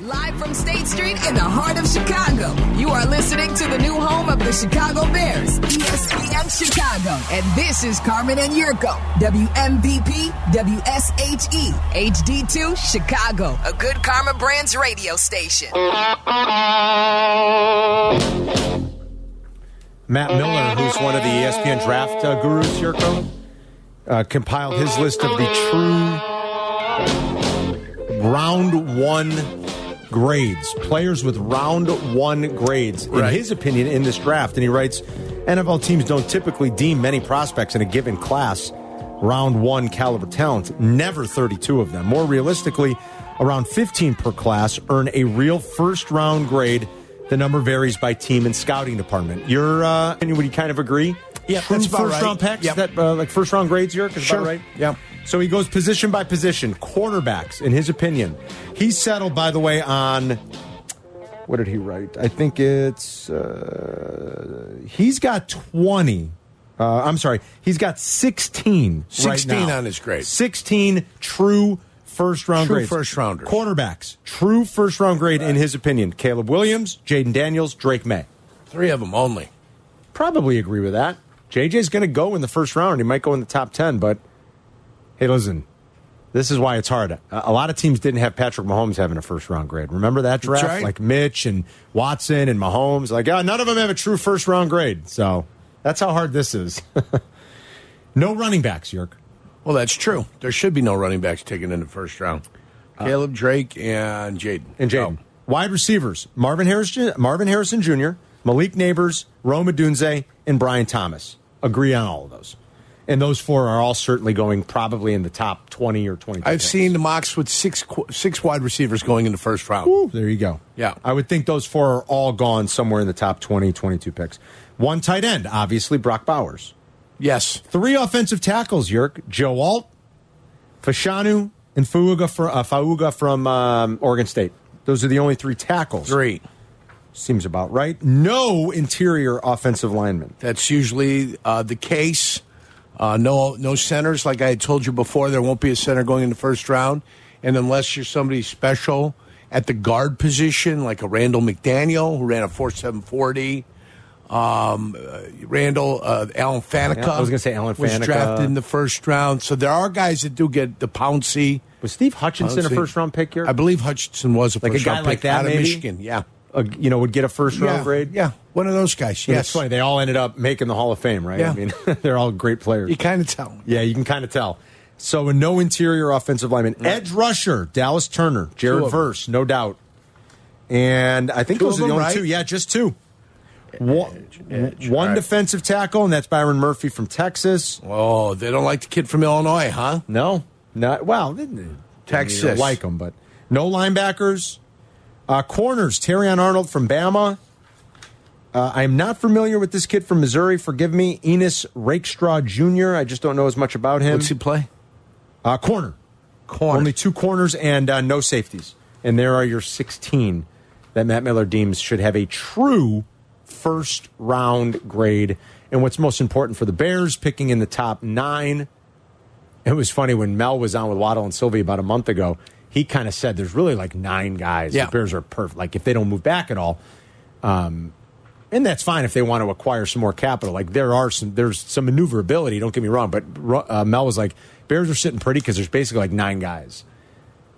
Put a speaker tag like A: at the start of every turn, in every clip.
A: Live from State Street in the heart of Chicago, you are listening to the new home of the Chicago Bears, E ESPN Chicago. And this is Carmen and Yurko, WMVP, WSHE, HD2, Chicago, a good Karma Brands radio station.
B: Matt Miller, who's one of the E ESPN draft uh, gurus, Yurko, uh, compiled his list of the true round one grades, players with round one grades,
C: Right.
B: in his opinion, in this draft. And he writes NFL teams don't typically deem many prospects in a given class round one caliber talent, never 32 of them. More realistically, around 15 per class earn a real first round grade. The number varies by team and scouting department. You're, uh, and would you kind of agree?
C: Yeah,
B: True
C: that's about
B: first
C: right.
B: round picks,
C: Yep.
B: that, uh, like first round grades, York, is
C: Sure.
B: about right?
C: Yep.
B: So he goes position by position, quarterbacks, in his opinion. He settled, by the way, on what did he write? I think it's uh, he's got twenty. Uh, I'm sorry, he's got sixteen. right
C: 16
B: now.
C: on his grade.
B: Sixteen true first round
C: True
B: grades.
C: first rounders.
B: Quarterbacks, true first round grade in his opinion. Caleb Williams, Jaden Daniels, Drake May.
C: Three of them only.
B: Probably agree with that. JJ's going to go in the first round. He might go in the top ten, but hey, listen. This is why it's hard. A a lot of teams didn't have Patrick Mahomes having a first round grade. Remember that draft?
C: right.
B: Like Mitch and Watson and Mahomes. Like, oh, none of them have a true first round grade. So that's how hard this is. no running backs, Yerk.
C: Well, that's true. There should be no running backs taken in the first round.
B: Uh,
C: Caleb Drake and Jaden.
B: And Jaden.
C: Oh.
B: Wide receivers Marvin, Harris, Marvin Harrison Jr., Malik Neighbors, Roma Dunze, and Brian Thomas. Agree on all of those. And those four are all certainly going probably in the top 20 or 20.
C: I've seen the mocks with six qu- six wide receivers going in the first round.
B: Woo, there you go.
C: Yeah.
B: I would think those four are all gone somewhere in the top 20, 22 picks. One tight end, obviously, Brock Bowers.
C: Yes.
B: Three offensive tackles, Yerk, Joe Alt, Fashanu, and Fuuga, fr- uh, Fauga from um, Oregon State. Those are the only three tackles.
C: Three.
B: Seems about right. No interior offensive lineman.
C: That's usually uh, the case. Uh, no, no centers. Like I had told you before, there won't be a center going in the first round, and unless you're somebody special at the guard position, like a Randall McDaniel who ran a four seven forty. Um, uh, Randall uh, Alan Faneca.
B: I was gonna say Alan
C: was
B: Faneca.
C: drafted in the first round. So there are guys that do get the pouncy.
B: Was Steve Hutchinson a
C: Pouncy.
B: first round pick here?
C: I believe Hutchinson was a
B: Like a
C: first
B: guy
C: round
B: like
C: pick
B: that,
C: out of
B: maybe?
C: Michigan. Yeah,
B: Uh, you know, would get a first round
C: yeah.
B: grade.
C: Yeah, one of those guys.
B: Yeah,
C: Yes,
B: It's funny. They all ended up making the Hall of Fame, right?
C: Yeah.
B: I mean, they're all great players.
C: you kind of tell.
B: Yeah, you can kind of tell. So, and no interior offensive lineman. Edge rusher, Dallas Turner,
C: Two
B: Jared
C: of them.
B: Verse, no doubt. And I think
C: Two
B: those
C: of
B: are the
C: them,
B: only
C: right?
B: two. Yeah, just two. One,
C: edge,
B: one
C: right.
B: defensive tackle, and that's Byron Murphy from Texas.
C: Oh, they don't like the kid from Illinois, huh?
B: No, not well. they- they-
C: Texas.
B: they like them, but no linebackers. Uh, corners: Terrion Arnold from Bama. Uh, I am not familiar with this kid from Missouri. Forgive me, Enos Rakestraw Jr. I just don't know as much about him.
C: What's he play?
B: Uh, corner.
C: Corner.
B: Only two corners and uh, no safeties. And there are your 16 that Matt Miller deems should have a true first round grade. And what's most important for the Bears, picking in the top nine. It was funny when Mel was on with Waddle and Sylvie about a month ago. He kind of said there's really like nine guys.
C: Yeah.
B: The Bears are perfect. Like if they don't move back at all, Um, and that's fine if they want to acquire some more capital. Like there are some, there's some maneuverability. Don't get me wrong, but uh, Mel was like, Bears are sitting pretty because there's basically like nine guys,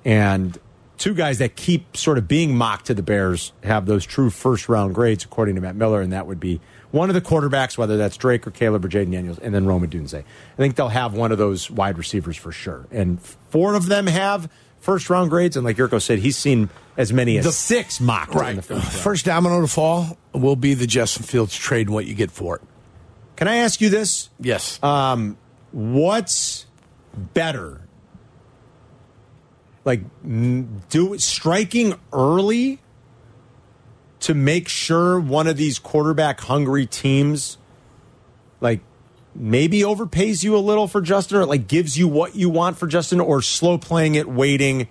B: and two guys that keep sort of being mocked to the Bears have those true first round grades according to Matt Miller, and that would be one of the quarterbacks, whether that's Drake or Caleb or Jaden Daniels, and then Roma Dunze. I think they'll have one of those wide receivers for sure, and four of them have. First round grades, and like Yurko said, he's seen as many as
C: The-
B: six mocked in the
C: Right.
B: first round.
C: First domino to fall will be the Justin Fields trade and what you get for it.
B: Can I ask you this? Um,
C: Yes.
B: what's better like n- do striking early to make sure one of these quarterback hungry teams like maybe overpays you a little for Justin or like gives you what you want for Justin or slow playing it waiting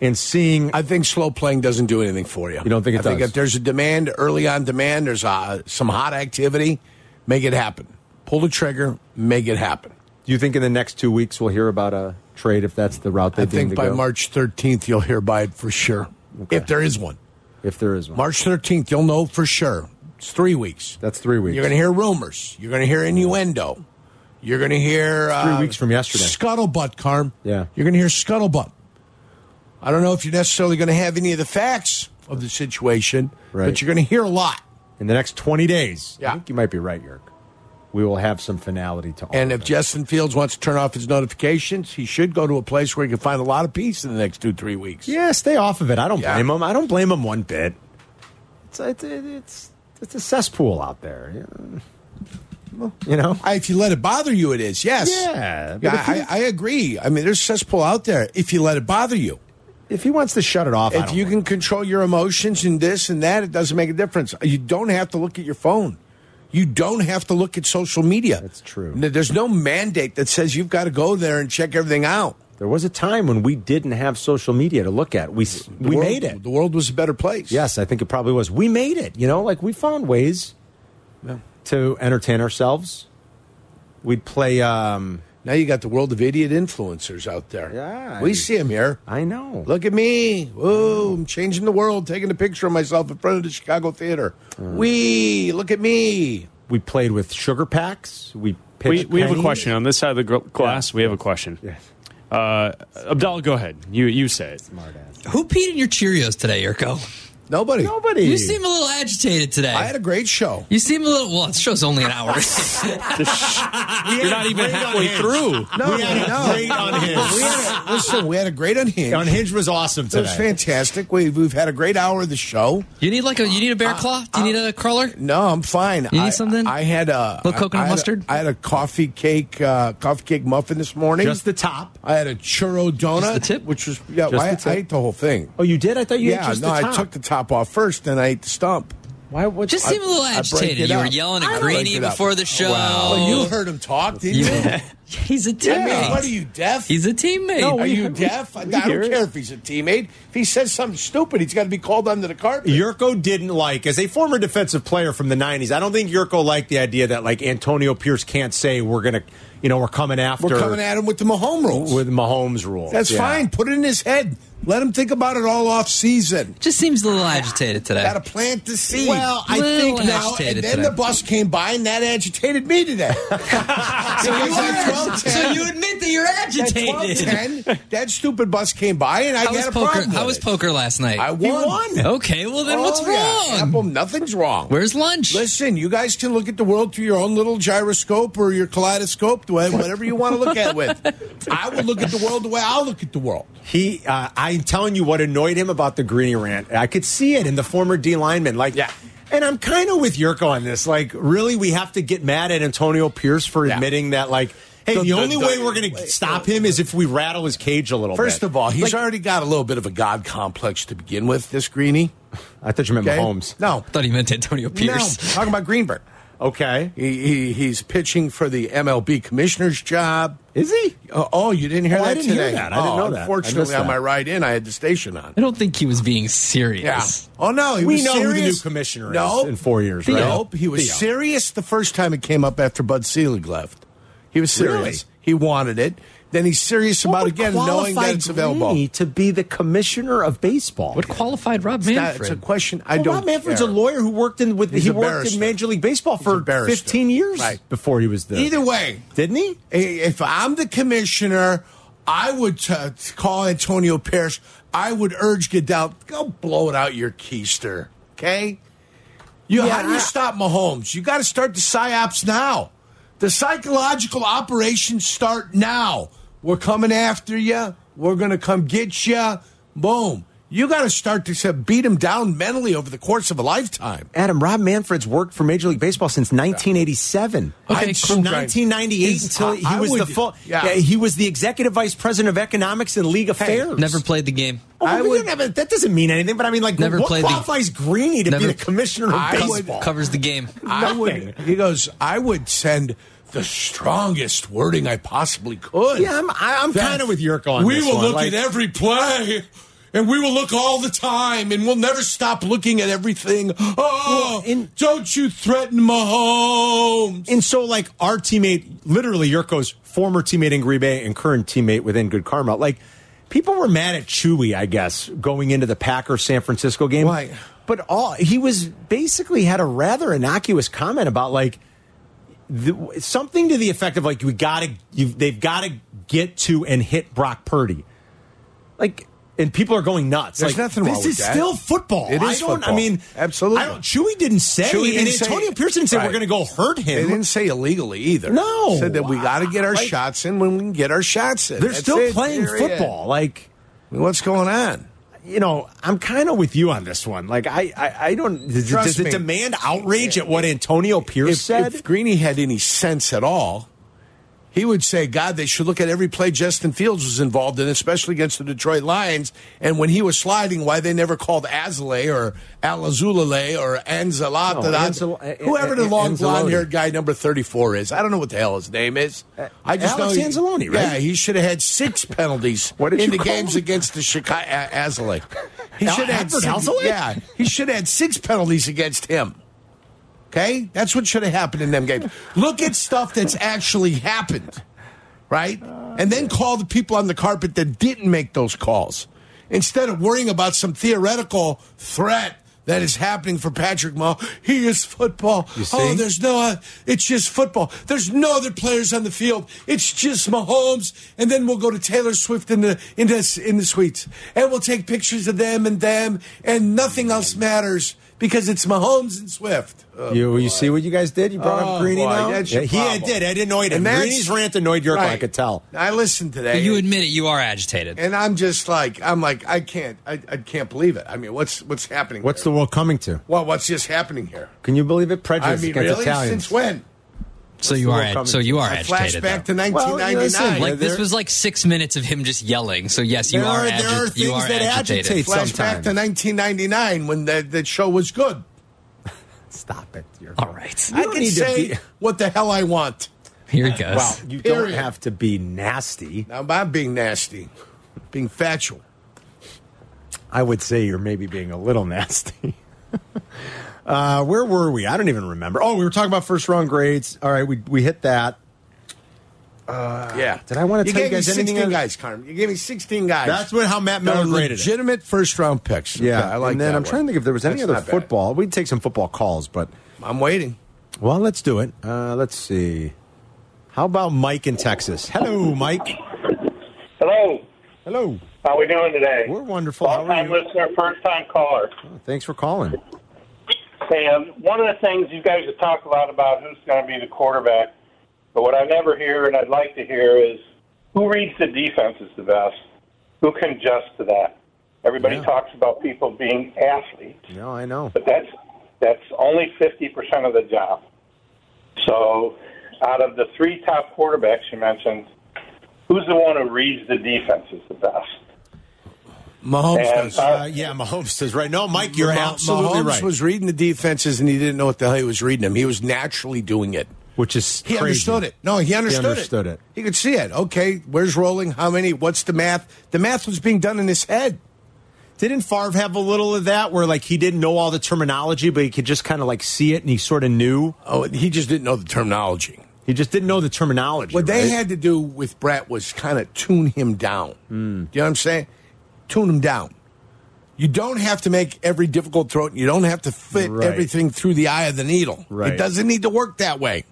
B: and seeing
C: I think slow playing doesn't do anything for you.
B: You don't think it
C: I think
B: does?
C: if there's a demand, early on demand, there's uh, some hot activity, make it happen. Pull the trigger, make it happen.
B: do you think in the next 2 weeks we'll hear about a trade if that's the route they
C: I think by
B: go?
C: March 13th, you'll hear by it for sure.
B: Okay.
C: if there is one.
B: if there is one.
C: March 13th, you'll know for sure. It's three weeks.
B: That's three weeks.
C: You're going to hear rumors. You're going to hear innuendo. You're going to hear uh,
B: weeks from yesterday.
C: Scuttlebutt, Carm.
B: Yeah.
C: You're going to hear scuttlebutt. I don't know if you're necessarily going to have any of the facts of the situation,
B: Right.
C: but you're going to hear a lot.
B: in the next 20 days.
C: Yeah.
B: I think you might be right, Yerk. We will have some finality to all
C: And
B: of
C: if
B: it.
C: Justin Fields wants to turn off his notifications, he should go to a place where he can find a lot of peace in the next two, three weeks.
B: Yeah, stay off of it. I don't
C: Yeah.
B: blame him. I don't blame him one bit. It's it's it's, it's a cesspool out there. Yeah. You know?
C: I, if you let it bother you, it is. Yes.
B: Yeah, but
C: Yeah,
B: if you-
C: I, I agree. I mean, there's cesspool out there if you let it bother you.
B: If he wants to shut it off, I
C: If
B: don't
C: you
B: blame
C: can
B: him.
C: control your emotions and this and that, it doesn't make a difference. You don't have to look at your phone. You don't have to look at social media.
B: That's true.
C: N- There's no mandate that says you've got to go there and check everything out.
B: There was a time when we didn't have social media to look at. We s
C: The
B: we
C: world-
B: made it.
C: The world was a better place.
B: Yes, I think it probably was. We made it. You know, like we found ways to entertain ourselves. We'd play. um
C: Now you got the world of idiot influencers out there.
B: Yeah,
C: We
B: I-
C: see them here.
B: I know.
C: Look at me. Whoa, I'm changing the world, taking a picture of myself in front of the Chicago Theater. We, look at me.
B: Uh. We played with sugar packs. We
D: We,
B: pitched
D: we have a
B: pennies.
D: question on this side of the gr- glass. We have a question. Uh, Abdallah, go ahead. You you say it.
E: Who peed in your Cheerios today, Yurko?
C: Nobody.
B: Nobody.
E: You seem a little agitated today.
C: I had a great show.
E: you seem a little. Well, this show's only an hour. You're not even halfway through.
C: No,
B: We had a
C: no.
B: great Unhinged.
C: We had a, listen, we had a great unhinged.
B: Ah, Unhinged was awesome
C: It
B: today.
C: was fantastic. We, we've had a great hour of the show.
E: You need like a. You need a bear
B: Ah,
E: claw. Do you need a crawler?
C: No, I'm fine.
E: You need
C: I,
E: something?
C: I had a
E: Little coconut
C: I had a-
E: mustard?
C: I had a coffee cake, uh, coffee cake muffin this morning.
B: Just the top.
C: I had a churro donut,
E: the tip?
C: which was yeah.
B: Just
C: I,
B: the tip?
C: I ate the whole thing.
B: Oh, you did? I thought you ate
C: yeah,
B: just
C: no,
B: the top.
C: I took the top off first, then I ate the stump.
B: Why? What?
E: Just
B: I-
E: seem a little
C: I break
E: agitated.
C: it
E: You were
C: up.
E: yelling
C: I
E: at
C: break
E: Greeny
C: it up.
E: before the show.
C: Well, you heard him talk, didn't you?
E: Yeah. He's a
C: I mean, what are
E: teammate.
C: you deaf?
E: He's a teammate.
B: No,
C: are
B: we-
C: you deaf? I, I
B: we
C: don't
B: hear it.
C: care if he's a teammate. If he says something stupid, he's got to be called under the carpet.
B: Yurko didn't like, as a former defensive player from the '90s, I don't think Yurko liked the idea that like Antonio Pierce can't say we're gonna, you know, we're coming after,
C: We're coming at him with the Mahomes rules.
B: with Mahomes rules.
C: That's
B: Yeah.
C: fine. Put it in his head. Let him think about it all off season.
E: Just seems a little agitated today.
C: Got to plant the seed.
B: Well, I
E: Little
B: think now.
E: agitated.
C: and then
E: today.
C: the bus came by, and that agitated me today. so you
E: so you admit that you're agitated.
C: That stupid bus came by, and I,
E: I was
C: had a
E: poker.
C: problem. with
E: I was
C: it.
E: poker last night.
C: I won.
E: okay, well then, what's
C: Oh, yeah.
E: wrong?
C: Apple, nothing's wrong.
E: Where's lunch?
C: Listen, you guys can look at the world through your own little gyroscope or your kaleidoscope, the way- whatever you want to look at it with. I would look at the world the way I look at the world.
B: He, uh, I'm telling you, what annoyed him about the Greeny rant, I could see it in the former D lineman. Like,
C: Yeah.
B: And I'm kind of with Yurko on this. Like, really, we have to get mad at Antonio Pierce for
C: Yeah.
B: admitting that, like, hey,
C: The-
B: the,
C: the-
B: only
C: the-
B: way we're going to stop him is if we rattle his cage a little
C: First
B: bit.
C: of all, he's
B: Like-
C: already got a little bit of a god complex to begin with. This greenie,
B: I thought you meant
C: okay?
B: Mahomes.
C: No,
E: Oh, I thought he meant Antonio
C: no.
E: Pierce.
C: Talking about Greenberg,
B: Okay.
C: he, he he's pitching for the MLB commissioner's job.
B: Is he?
C: Oh, oh, you didn't hear
B: Oh,
C: that
B: I didn't hear
C: today?
B: that. I didn't
C: Oh,
B: know that. I
C: Unfortunately,
B: missed that.
C: on my ride in, I had the station on.
E: I don't think he was being serious.
C: Yeah. Oh no, he
B: We
C: was
B: know who the
C: serious.
B: new commissioner is
C: Nope.
B: in four years,
C: Theo.
B: right?
C: Nope. He was
B: Theo.
C: serious the first time it came up after Bud Selig left. He was serious.
B: Really?
C: He wanted it. Then he's serious about
B: What would
C: again knowing
B: qualify
C: that it's available.
B: Greeny to be the commissioner of baseball.
E: What qualified Rob
C: It's not-
E: Manfred?
C: it's a question I
B: Well,
C: don't.
B: Rob Manfred's
C: care.
B: a lawyer who worked in with
C: He's
B: he
C: a
B: worked
C: barrister.
B: in Major League Baseball
C: He's a
B: for
C: barrister.
B: 15 years
C: Right.
B: before he was the
C: Either way,
B: Didn't he?
C: i- if I'm the commissioner, I would uh, call Antonio Pierce. I would urge Goodell, go blow it out your keister, okay? You, how do you
B: Yeah.
C: stop Mahomes? You got to start the psyops now. The psychological operations start now. We're coming after you. We're going to come get you. Boom. You got to start to se- beat him down mentally over the course of a lifetime.
B: Adam Rob Manfred's worked for Major League Baseball since 1987.
E: Okay,
C: I'd
E: cool.
C: shoot-
B: 1998
C: He's-
B: until he
C: I- I
B: was
C: would-
B: the full,
C: yeah.
B: yeah. he was the executive vice president of economics and league affairs.
E: Never played the game.
B: Oh,
C: I
B: I
C: would-
B: would, have a, that doesn't mean anything, but I mean, like,
E: Never
B: what
E: played the-
B: qualifies Greeny to
E: Never-
B: be the commissioner of
C: I would-
B: baseball?
E: Covers the game.
C: I would. He goes. I would send the strongest wording I possibly could.
B: Yeah, I'm- I- I'm
C: That-
B: kinda with Yurko on
C: We
B: this
C: will
B: one,
C: look
B: like-
C: at every play. And we will look all the time, and we'll never stop looking at everything. Oh,
B: Well, in-
C: don't you threaten Mahomes?
B: And so, like, our teammate, literally Yurko's former teammate in Green Bay and current teammate within Good Karma, like, people were mad at Chewy, I guess, going into the Packers San Francisco game.
C: Why?
B: But all he was basically had a rather innocuous comment about like the, something to the effect of like we gotta you they've gotta get to and hit Brock Purdy. Like and people are going nuts.
C: There's
B: like,
C: nothing wrong
B: this
C: with
B: is
C: that.
B: still football.
C: It is
B: I don't.
C: football.
B: I mean,
C: Absolutely.
B: I don't. Chewy didn't say.
C: Chewy didn't
B: and
C: say-
B: Antonio Pierce didn't say
C: Right.
B: we're going to go hurt
C: They
B: him.
C: didn't say illegally either.
B: No.
C: said that we got to get our
B: Like-
C: shots in when we can get our shots in.
B: They're
C: That's
B: still
C: it,
B: playing
C: period.
B: football. Like
C: What's going on?
B: you know, I'm kind of with you on this one. Like I, I, I don't. Does,
C: Trust
B: does it
C: me.
B: demand outrage at what Antonio Pierce
C: If,
B: said?
C: if Greeny had any sense at all, he would say, "God, they should look at every play Justin Fields was involved in, especially against the Detroit Lions. And when he was sliding, why they never called Azale or Alazulale or Anzalata,
B: No, Anzel- A- A-
C: whoever the
B: A-
C: long
B: Anzalone.
C: blonde-haired guy number thirty-four is. I don't know what the hell his name is. I just
B: Alex
C: know he-
B: Anzalone, right?
C: Yeah, he should have had six penalties
B: What did
C: in
B: you
C: the
B: call
C: games
B: him?
C: against the Chicago Azale. He
B: Al-
C: should have had
B: Albert
C: six-
B: Alzolay?
C: Yeah, he should have had six penalties against him. Okay? That's what should have happened in them games. Look at stuff that's actually happened, right? And then call the people on the carpet that didn't make those calls instead of worrying about some theoretical threat that is happening for Patrick Mahomes. He is football. Oh,
B: see?
C: there's no, uh, it's just football. There's no other players on the field. It's just Mahomes, and then we'll go to Taylor Swift in the in the, in the suites, and we'll take pictures of them and them, and nothing else matters because it's Mahomes and Swift.
B: you, you see what you guys did? You brought
C: Oh,
B: up Greeny
C: boy,
B: now.
C: that's your
B: he
C: problem.
B: did. It annoyed him.
C: And that's-
B: Greeny's rant annoyed York. I
C: Right.
B: could tell.
C: I listened today.
E: You admit it. You are agitated.
C: and I'm just like I'm like I can't I, I can't believe it. I mean, what's what's happening?
B: What's the
C: here?
B: world coming to?
C: well? What's just happening here?
B: Can you believe it?
C: I
B: Prejudice
C: mean,
B: against
C: really?
B: Italians.
C: Since when?
E: so you
B: the
E: are.
B: world
E: ag-
B: coming
E: So
B: to?
E: you are
C: I
E: agitated.
C: flashback
E: though.
C: to 1999.
E: like this
B: There-
E: was like six minutes of him just yelling. So yes, you
B: There
E: are.
B: are- there are
E: agi- you
B: things
E: are
B: that
E: agitated.
B: agitate.
C: flashback
B: sometimes.
C: to 1999 when that that show was good.
B: Stop it. York.
E: All right,
B: I
C: I
B: don't
C: can
B: need to
C: say
B: be-
C: what the hell I want.
B: Uh,
E: here he goes.
B: Well, you don't
C: Period.
B: have to be nasty.
C: Now I'm being nasty, being factual.
B: I would say you're maybe being a little nasty. uh, where were we? I don't even remember. Oh, we were talking about first round grades. All right, we we hit that.
C: yeah.
B: Uh, did I wanna tell you
C: gave me
B: guys anything
C: 16
B: else?
C: guys, Carmen. You gave me 16 guys.
B: That's what how Matt
C: They're
B: Miller graded it.
C: legitimate first round picks.
B: Yeah,
C: Okay, I like
B: And then
C: that
B: I'm
C: one.
B: trying to think if there was any
C: That's
B: other
C: not bad.
B: football. We'd take some football calls, but
C: I'm waiting.
B: well, let's do it. Uh, let's see. How about Mike in Texas? Hello, Mike.
F: Hello.
B: Hello.
F: How we doing today?
B: We're wonderful.
F: Long
B: How are
F: time
B: you?
F: listener, first time caller.
B: Thanks for calling.
F: Hey, um, one of the things you guys have talked a lot about who's going to be the quarterback, but what I never hear and I'd like to hear is who reads the defenses the best? Who can adjust to that? Everybody
B: Yeah.
F: talks about people being athletes,
B: No, I know.
F: but that's that's only 50% of the job. So, out of the three top quarterbacks you mentioned, who's the one who reads the defenses the best?
C: Mahomes
F: And,
C: does.
F: uh,
B: Uh, yeah, Mahomes is right. No, Mike, you're
C: Ma-
B: absolutely
C: Mahomes
B: right.
C: was reading the defenses and he didn't know what the hell he was reading them. He was naturally doing it.
B: which is
C: He
B: crazy.
C: understood it. No, he understood,
B: understood it.
C: He could see it. Okay, where's rolling? How many? What's the math? The math was being done in his head.
B: Didn't Favre have a little of that where like he didn't know all the terminology, but he could just kind of like see it and he sort of knew.
C: Oh, he just didn't know the terminology.
B: He just didn't know the terminology.
C: What they
B: right?
C: had to do with Brett was kind of tune him down.
G: Mm.
C: Do you know what I'm saying? Tune him down. You don't have to make every difficult throw. You don't have to fit
B: Right.
C: everything through the eye of the needle.
B: Right.
C: It doesn't need to work that way.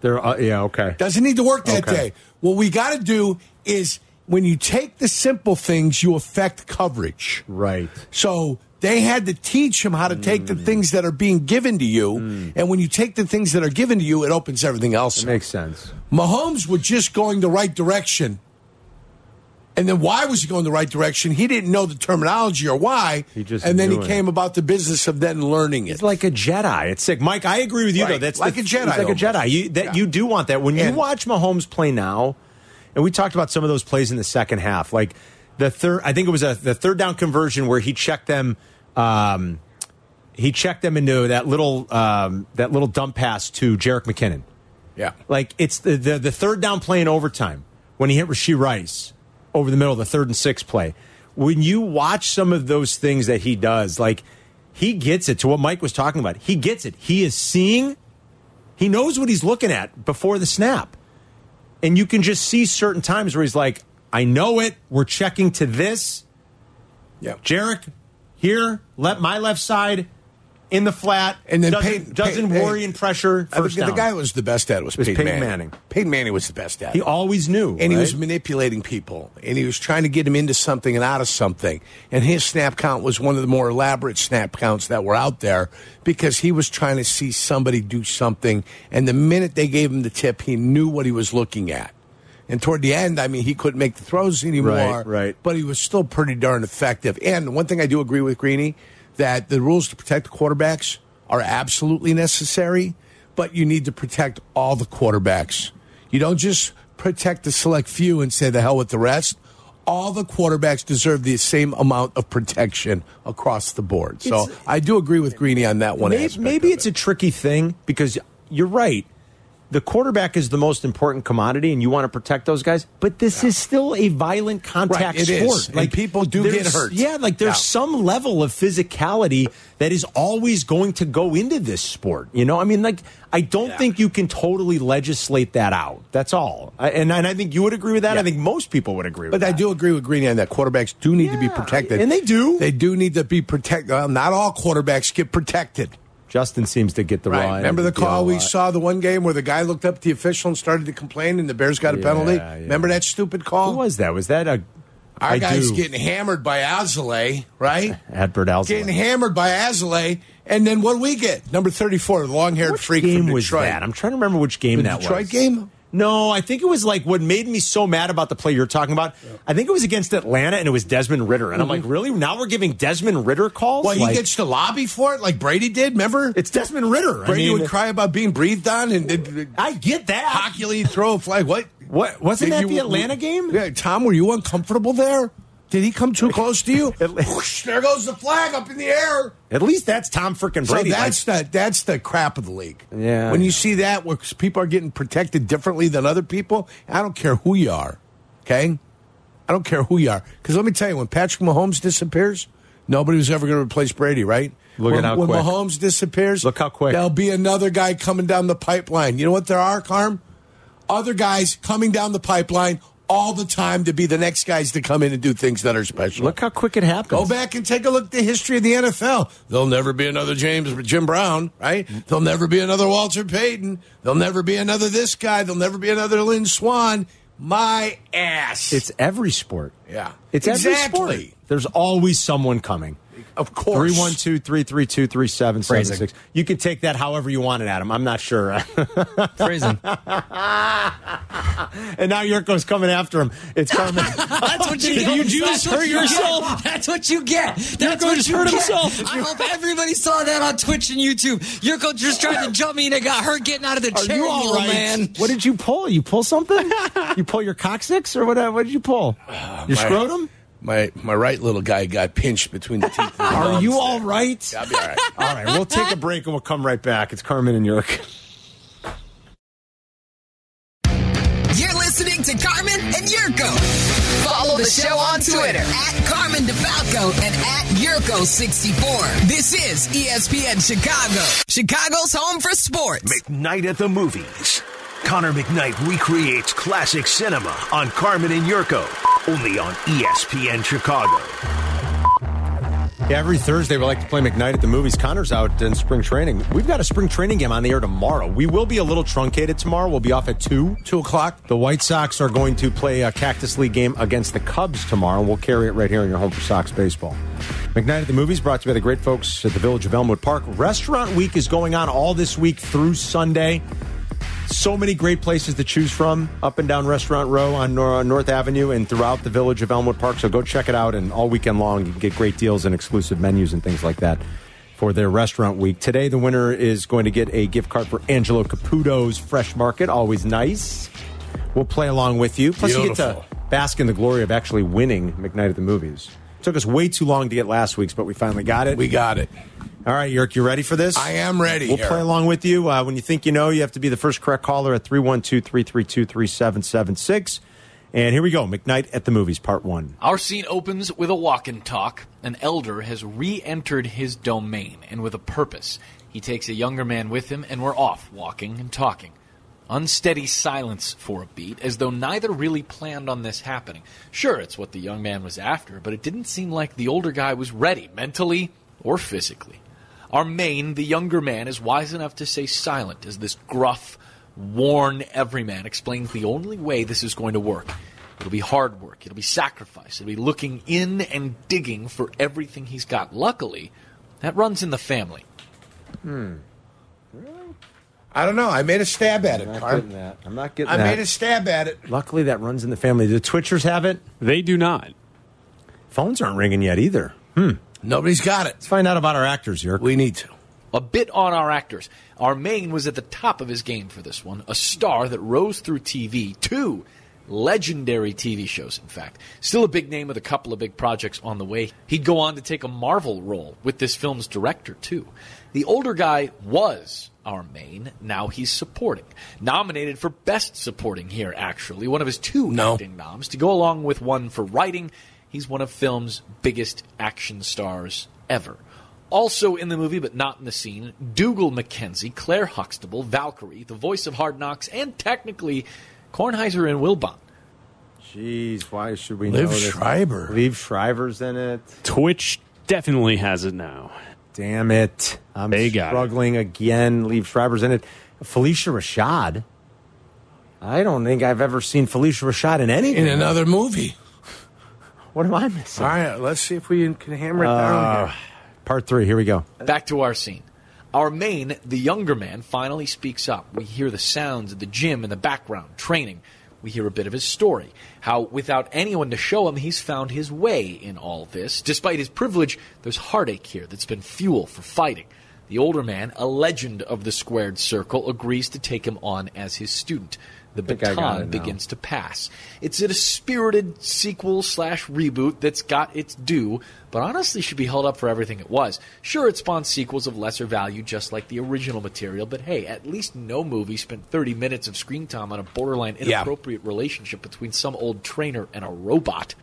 B: They're, uh, yeah, okay.
C: Doesn't need to work that
B: Okay.
C: day. What we got to do is when you take the simple things, you affect coverage.
B: Right. Mm.
C: So they had to teach him how to take the things that are being given to you. And when you take the things that are given to you, it opens everything else. up.
B: Makes sense.
C: Mahomes was just going the right direction. And then why was he going the right direction? He didn't know the terminology or why.
B: He just
C: and then he
B: knew it.
C: came about the business of then learning it.
B: It's like a Jedi. It's sick. Mike, I agree with you,
C: Right.
B: though. That's
C: Like
B: the-
C: a Jedi
B: It's like
C: almost.
B: a Jedi. You, that
C: Yeah.
B: You do want that. When you
C: And-
B: watch Mahomes play now, and we talked about some of those plays in the second half, like the third, I think it was a, the third down conversion where he checked them. Um, he checked them into that little um, that little dump pass to Jarek McKinnon.
C: yeah.
B: Like it's the, the the third down play in overtime when he hit Rasheed Rice over the middle, the third and six play. When you watch some of those things that he does, like he gets it to what Mike was talking about. He gets it. He is seeing. He knows what he's looking at before the snap, and you can just see certain times where he's like, I know it. We're checking to this.
C: Yeah.
B: Jarek here, let my left side in the flat,
C: And then
B: doesn't,
C: Peyton-
B: doesn't
C: Peyton-
B: worry and pressure.
C: I think
B: First
C: the
B: down.
C: guy who was the best at it was,
B: was
C: Peyton,
B: Peyton
C: Manning.
B: Manning.
C: Peyton Manning was the best at
B: he
C: it.
B: always knew,
C: and he was
B: right?
C: manipulating people and he was trying to get him into something and out of something and his snap count was one of the more elaborate snap counts that were out there because he was trying to see somebody do something and the minute they gave him the tip he knew what he was looking at and toward the end i mean he couldn't make the throws anymore
B: Right, right.
C: but he was still pretty darn effective and one thing i do agree with greeny that the rules to protect the quarterbacks are absolutely necessary but you need to protect all the quarterbacks you don't just protect the select few and say the hell with the rest. All the quarterbacks deserve the same amount of protection across the board. So
B: It's-
C: I do agree with Greeny on that one.
B: Maybe,
C: aspect
B: maybe
C: of
B: it's
C: it.
B: a tricky thing because you're right. The quarterback is the most important commodity, and you want to protect those guys. But this is still a violent contact
C: Right, it is.
B: sport.
C: And people do get
B: there's-
C: hurt.
B: Yeah, like there's
C: Yeah.
B: some level of physicality that is always going to go into this sport. You know, I mean, like I don't
C: Yeah.
B: think you can totally legislate that out. That's all. I, and and I think you would agree with that. I think most people would agree. with
C: But I
B: that.
C: do agree with Greeny on that. Quarterbacks do need to be
B: Yeah,
C: protected,
B: and they do.
C: They do need to be protected. Well, not all quarterbacks get protected.
B: Justin seems to get the
C: Right.
B: raw end
C: Remember
B: of
C: the call
B: deal a
C: we
B: lot.
C: saw the one game where the guy looked up at the official and started to complain, and the Bears got a
B: Yeah,
C: penalty.
B: yeah.
C: Remember that stupid
B: Who
C: call?
B: was that? Was that a?
C: Our
B: I
C: guy's
B: do.
C: getting hammered by Azalea, right?
B: Edward Alzolay.
C: getting hammered by Azalea, and then what do we get? Number thirty-four, the long-haired
B: Which
C: freak
B: game
C: from Detroit.
B: was that? I'm trying to remember which game
C: The
B: that
C: Detroit
B: was.
C: game?
B: No, I think it was like what made me so mad about the play you're talking about. I think it was against Atlanta and it was Desmond Ritter. And I'm like, really? Now we're giving Desmond Ritter calls?
C: Mm-hmm. well, he
B: Like,
C: gets to lobby for it like Brady did. Remember,
B: it's Desmond Ritter. I
C: Brady
B: mean,
C: would cry about being breathed on and did, did
B: I get that.
C: hockey lead throw a flag. What?
B: What wasn't
C: Did
B: that
C: you-
B: the Atlanta game?
C: Yeah, Tom, were you uncomfortable there? Did he come too close to you?
B: Atla-
C: Whoosh, there goes the flag up in the air.
B: At least that's Tom freaking
C: So
B: Brady.
C: that's
B: like,
C: the that's the crap of the league.
B: Yeah.
C: When you see that, where people are getting protected differently than other people, I don't care who you are. Okay, I don't care who you are. Because let me tell you, when Patrick Mahomes disappears, nobody was ever going to replace Brady, right?
B: Look at
C: when,
B: how
C: when
B: quick.
C: Mahomes disappears,
B: Look how quick.
C: there'll be another guy coming down the pipeline. You know what there are, Carm? Other guys coming down the pipeline all the time to be the next guys to come in and do things that are special.
B: look how quick it happens.
C: Go back and take a look at the history of the NFL. There'll never be another James Jim Brown, right? There'll never be another Walter Payton. There'll never be another this guy. There'll never be another Lynn Swan. My ass.
B: It's every sport.
C: Yeah.
B: It's
C: Exactly.
B: every sport. There's always someone coming.
C: of course.
B: 312 332 3776.
E: Phrasing.
B: You can take that however you want it, Adam. I'm not sure.
E: Phrasing.
B: And now Yurko's coming after him. It's Carmen.
E: That's what you
B: Did
E: get.
B: you just
E: That's what
B: hurt
E: you get.
B: yourself?
E: That's what you get. That's
B: Yurko
E: what
B: just
E: you
B: hurt
E: get.
B: himself.
E: I hope everybody saw that on Twitch and YouTube. Yurko just tried to jump me and it got hurt getting out of the chair, little man.
B: What did you pull? You pull something? you pull your coccyx or what? What did you pull? Your
C: Uh, my-
B: scrotum?
C: My my right little guy got pinched between the teeth.
B: Are you all right?
C: I'll be all right.
B: All right, we'll take a break and we'll come right back. It's Carmen and Yurk.
A: You're listening to Carmen and Yurko. Follow the show on Twitter at Carmen DeFalco and at Yurko64. This is E ESPN Chicago, Chicago's home for sports.
H: McKnight at the movies. Connor McKnight recreates classic cinema on Carmen and Yurko, only on E ESPN Chicago.
B: Yeah, every Thursday we like to play McKnight at the movies. Connor's out in spring training. We've got a spring training game on the air tomorrow. We will be a little truncated tomorrow. We'll be off at 2.
C: Two o'clock.
B: The White Sox are going to play a Cactus League game against the Cubs tomorrow, and we'll carry it right here in your home for Sox baseball. McKnight at the Movies brought to you by the great folks at the Village of Elmwood Park. Restaurant Week is going on all this week through Sunday. So many great places to choose from up and down Restaurant Row on Nor- North Avenue and throughout the Village of Elmwood Park. So go check it out, and all weekend long you can get great deals and exclusive menus and things like that for their restaurant week. Today, the winner is going to get a gift card for Angelo Caputo's Fresh Market. Always nice. We'll play along with you. Plus, you
C: Beautiful.
B: get to bask in the glory of actually winning McKnight at the Movies. Took us way too long to get last week's, but we finally got it.
C: We got it.
B: All right, Yerk, you ready for this?
C: I am ready
B: We'll
C: here.
B: play along with you. Uh, when you think you know, you have to be the first correct caller at 312 332 3776. And here we go McKnight at the Movies, Part 1.
I: Our scene opens with a walk and talk. An elder has re entered his domain, and with a purpose. He takes a younger man with him, and we're off walking and talking. unsteady silence for a beat, as though neither really planned on this happening. Sure, it's what the young man was after, but it didn't seem like the older guy was ready, mentally or physically. Armain, the younger man, is wise enough to say silent as this gruff, worn everyman explains the only way this is going to work. It'll be hard work, it'll be sacrifice, it'll be looking in and digging for everything he's got. Luckily, that runs in the family.
C: Hmm. I don't know. I made a stab at it,
B: I'm not getting
C: Carm.
B: that. I'm not getting
C: I
B: that.
C: made a stab at it.
B: Luckily, that runs in the family. The Twitchers have it.
D: They do not.
B: Phones aren't ringing yet either. Hmm.
C: Nobody's got it.
B: Let's find out about our actors here.
C: We need to.
I: a bit on our actors. Our main was at the top of his game for this one, a star that rose through TV, two legendary TV shows, in fact. Still a big name with a couple of big projects on the way. He'd go on to take a Marvel role with this film's director, too. The older guy was our main, now he's supporting. Nominated for Best Supporting here, actually, one of his two
C: No.
I: acting noms, to go along with one for writing. He's one of film's biggest action stars ever. Also in the movie, but not in the scene, Dougal McKenzie, Claire Huxtable, Valkyrie, the voice of Hard Knocks, and technically Kornheiser and Wilbon.
B: Jeez, why should we
C: Liv
B: know this?
C: Schreiber.
B: Liv Shriver's in it.
D: Twitch definitely has it now.
B: Damn it. I'm
D: They got it.
B: struggling again. Leave Shriver's in it. Felicia Rashad. I don't think I've ever seen Felicia Rashad in anything.
C: In another movie.
B: What am I missing? Uh,
C: All right, let's see if we can hammer it down. here.
B: Part three. Here we go.
I: Back to our scene. Our main, the younger man, finally speaks up. We hear the sounds of the gym in the background, training. We hear a bit of his story. How, without anyone to show him, he's found his way in all this. Despite his privilege, there's heartache here that's been fuel for fighting. The older man, a legend of the squared circle, agrees to take him on as his student. The
B: think I got
I: baton
B: it now.
I: begins to pass. It's a spirited sequel slash reboot that's got its due, but honestly should be held up for everything it was. Sure, it spawned sequels of lesser value just like the original material, but hey, at least no movie spent 30 minutes of screen time on a borderline
C: Yeah.
I: inappropriate relationship between some old trainer and a robot.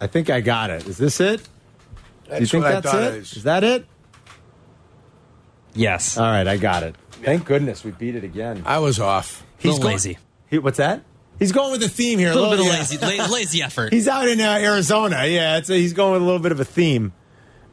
B: I think I got it. Is this it?
C: That's
B: Do you think
C: what I
B: that's
C: thought
B: it?
C: it
B: Is
C: is.
B: that it?
J: Yes.
B: All right, I got it. Thank goodness we beat it again.
C: I was off.
J: He's
B: going-
J: lazy.
B: He- what's that? He's going with the theme here.
J: A little bit of
B: yeah.
J: lazy, la- lazy effort.
B: He's out in uh, Arizona. Yeah, it's a, he's going with a little bit of a theme.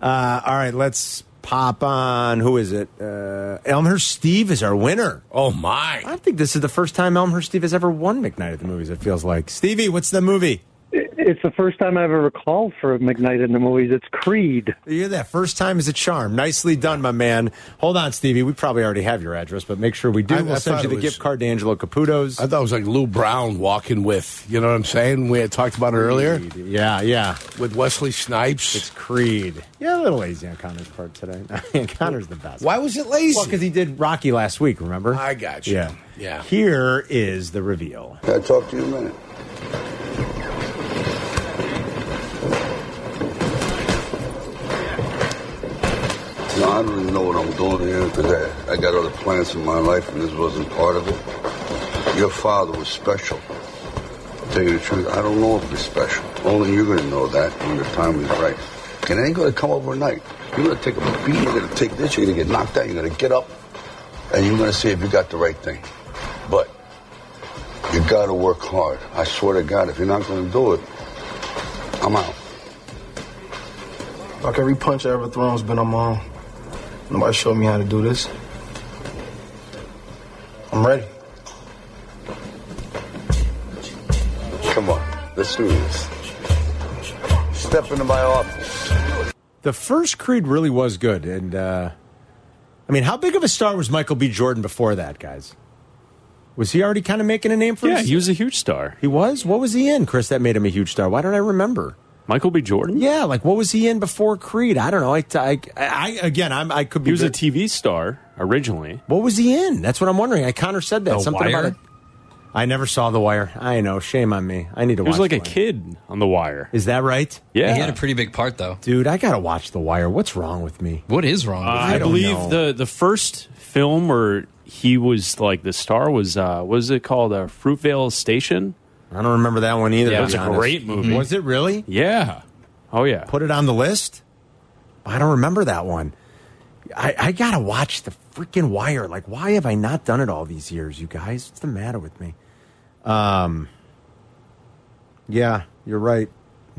B: Uh, all right, let's pop on. Who is it? Uh, Elmhurst Steve is our winner.
C: Oh my!
B: I think this is the first time Elmhurst Steve has ever won McKnight at the movies. It feels like Stevie. What's the movie?
K: It's the first time I've ever called for a McKnight in the movies. It's Creed.
B: You hear that? First time is a charm. Nicely done, my man. Hold on, Stevie. We probably already have your address, but make sure we do.
C: I- I
B: we'll send
C: thought
B: you the
C: it was-
B: gift card to Angelo Caputo's.
C: I thought it was like Lou Brown walking with. You know what I'm saying? We had talked about it earlier
B: yeah, yeah.
C: with Wesley Snipes.
B: It's Creed. Yeah, a little lazy on Connor's part today. Connor's the best.
C: Why was it lazy?
B: Well, because he did Rocky last week, remember?
C: I got you.
B: Yeah.
C: Yeah.
B: Here is the reveal.
G: I'll talk to you in a minute. No, I don't really know what I'm doing here because I, I got other plans for my life and this wasn't part of it. Your father was special. To tell you the truth, I don't know if he's special. Only you're going to know that when the time is right. And it ain't going to come overnight. You're going to take a beat, you're going to take this, you're going to get knocked out, you're going to get up, and you're going to see if you got the right thing. But you gotta work hard. I swear to God, if you're not gonna do it, I'm out.
K: Like every punch I ever thrown's been on my own. Nobody showed me how to do this. I'm ready.
G: Come on, let's do this. Step into my office.
B: The first Creed really was good. And, uh, I mean, how big of a star was Michael B. Jordan before that, guys? Was he already kind of making a name for
D: Yeah,
B: himself?
D: he was a huge star.
B: He was? What was he in, Chris, that made him a huge star? Why don't I remember?
D: Michael B. Jordan.
B: Yeah, like what was he in before Creed? I don't know. I, I, I again, I'm, I could be.
D: He was a
B: very-
D: TV star originally.
B: What was he in? That's what I'm wondering. I Connor said
D: The
B: that something
D: Wire?
B: about it. I never saw The Wire. I know. Shame on me. I need to
D: He was
B: watch.
D: like
B: The
D: a
B: Wire.
D: kid on The Wire.
B: Is that right?
D: Yeah,
J: He had a pretty big part, though.
B: Dude, I gotta watch The Wire. What's wrong with me?
J: What is wrong?
D: Uh,
J: with
D: I,
B: don't
D: believe
B: know.
D: the the first film where he was like the star was uh, what was it called? Uh, Fruitvale Station.
B: I don't remember that one either.
D: Yeah,
B: to
D: it was
B: be
D: a
B: honest.
D: great movie.
B: Was it really?
D: Yeah. Oh yeah.
B: Put it on the list. I don't remember that one. I, I gotta watch the freaking wire. Like, why have I not done it all these years, you guys? What's the matter with me? Um, yeah, you're right.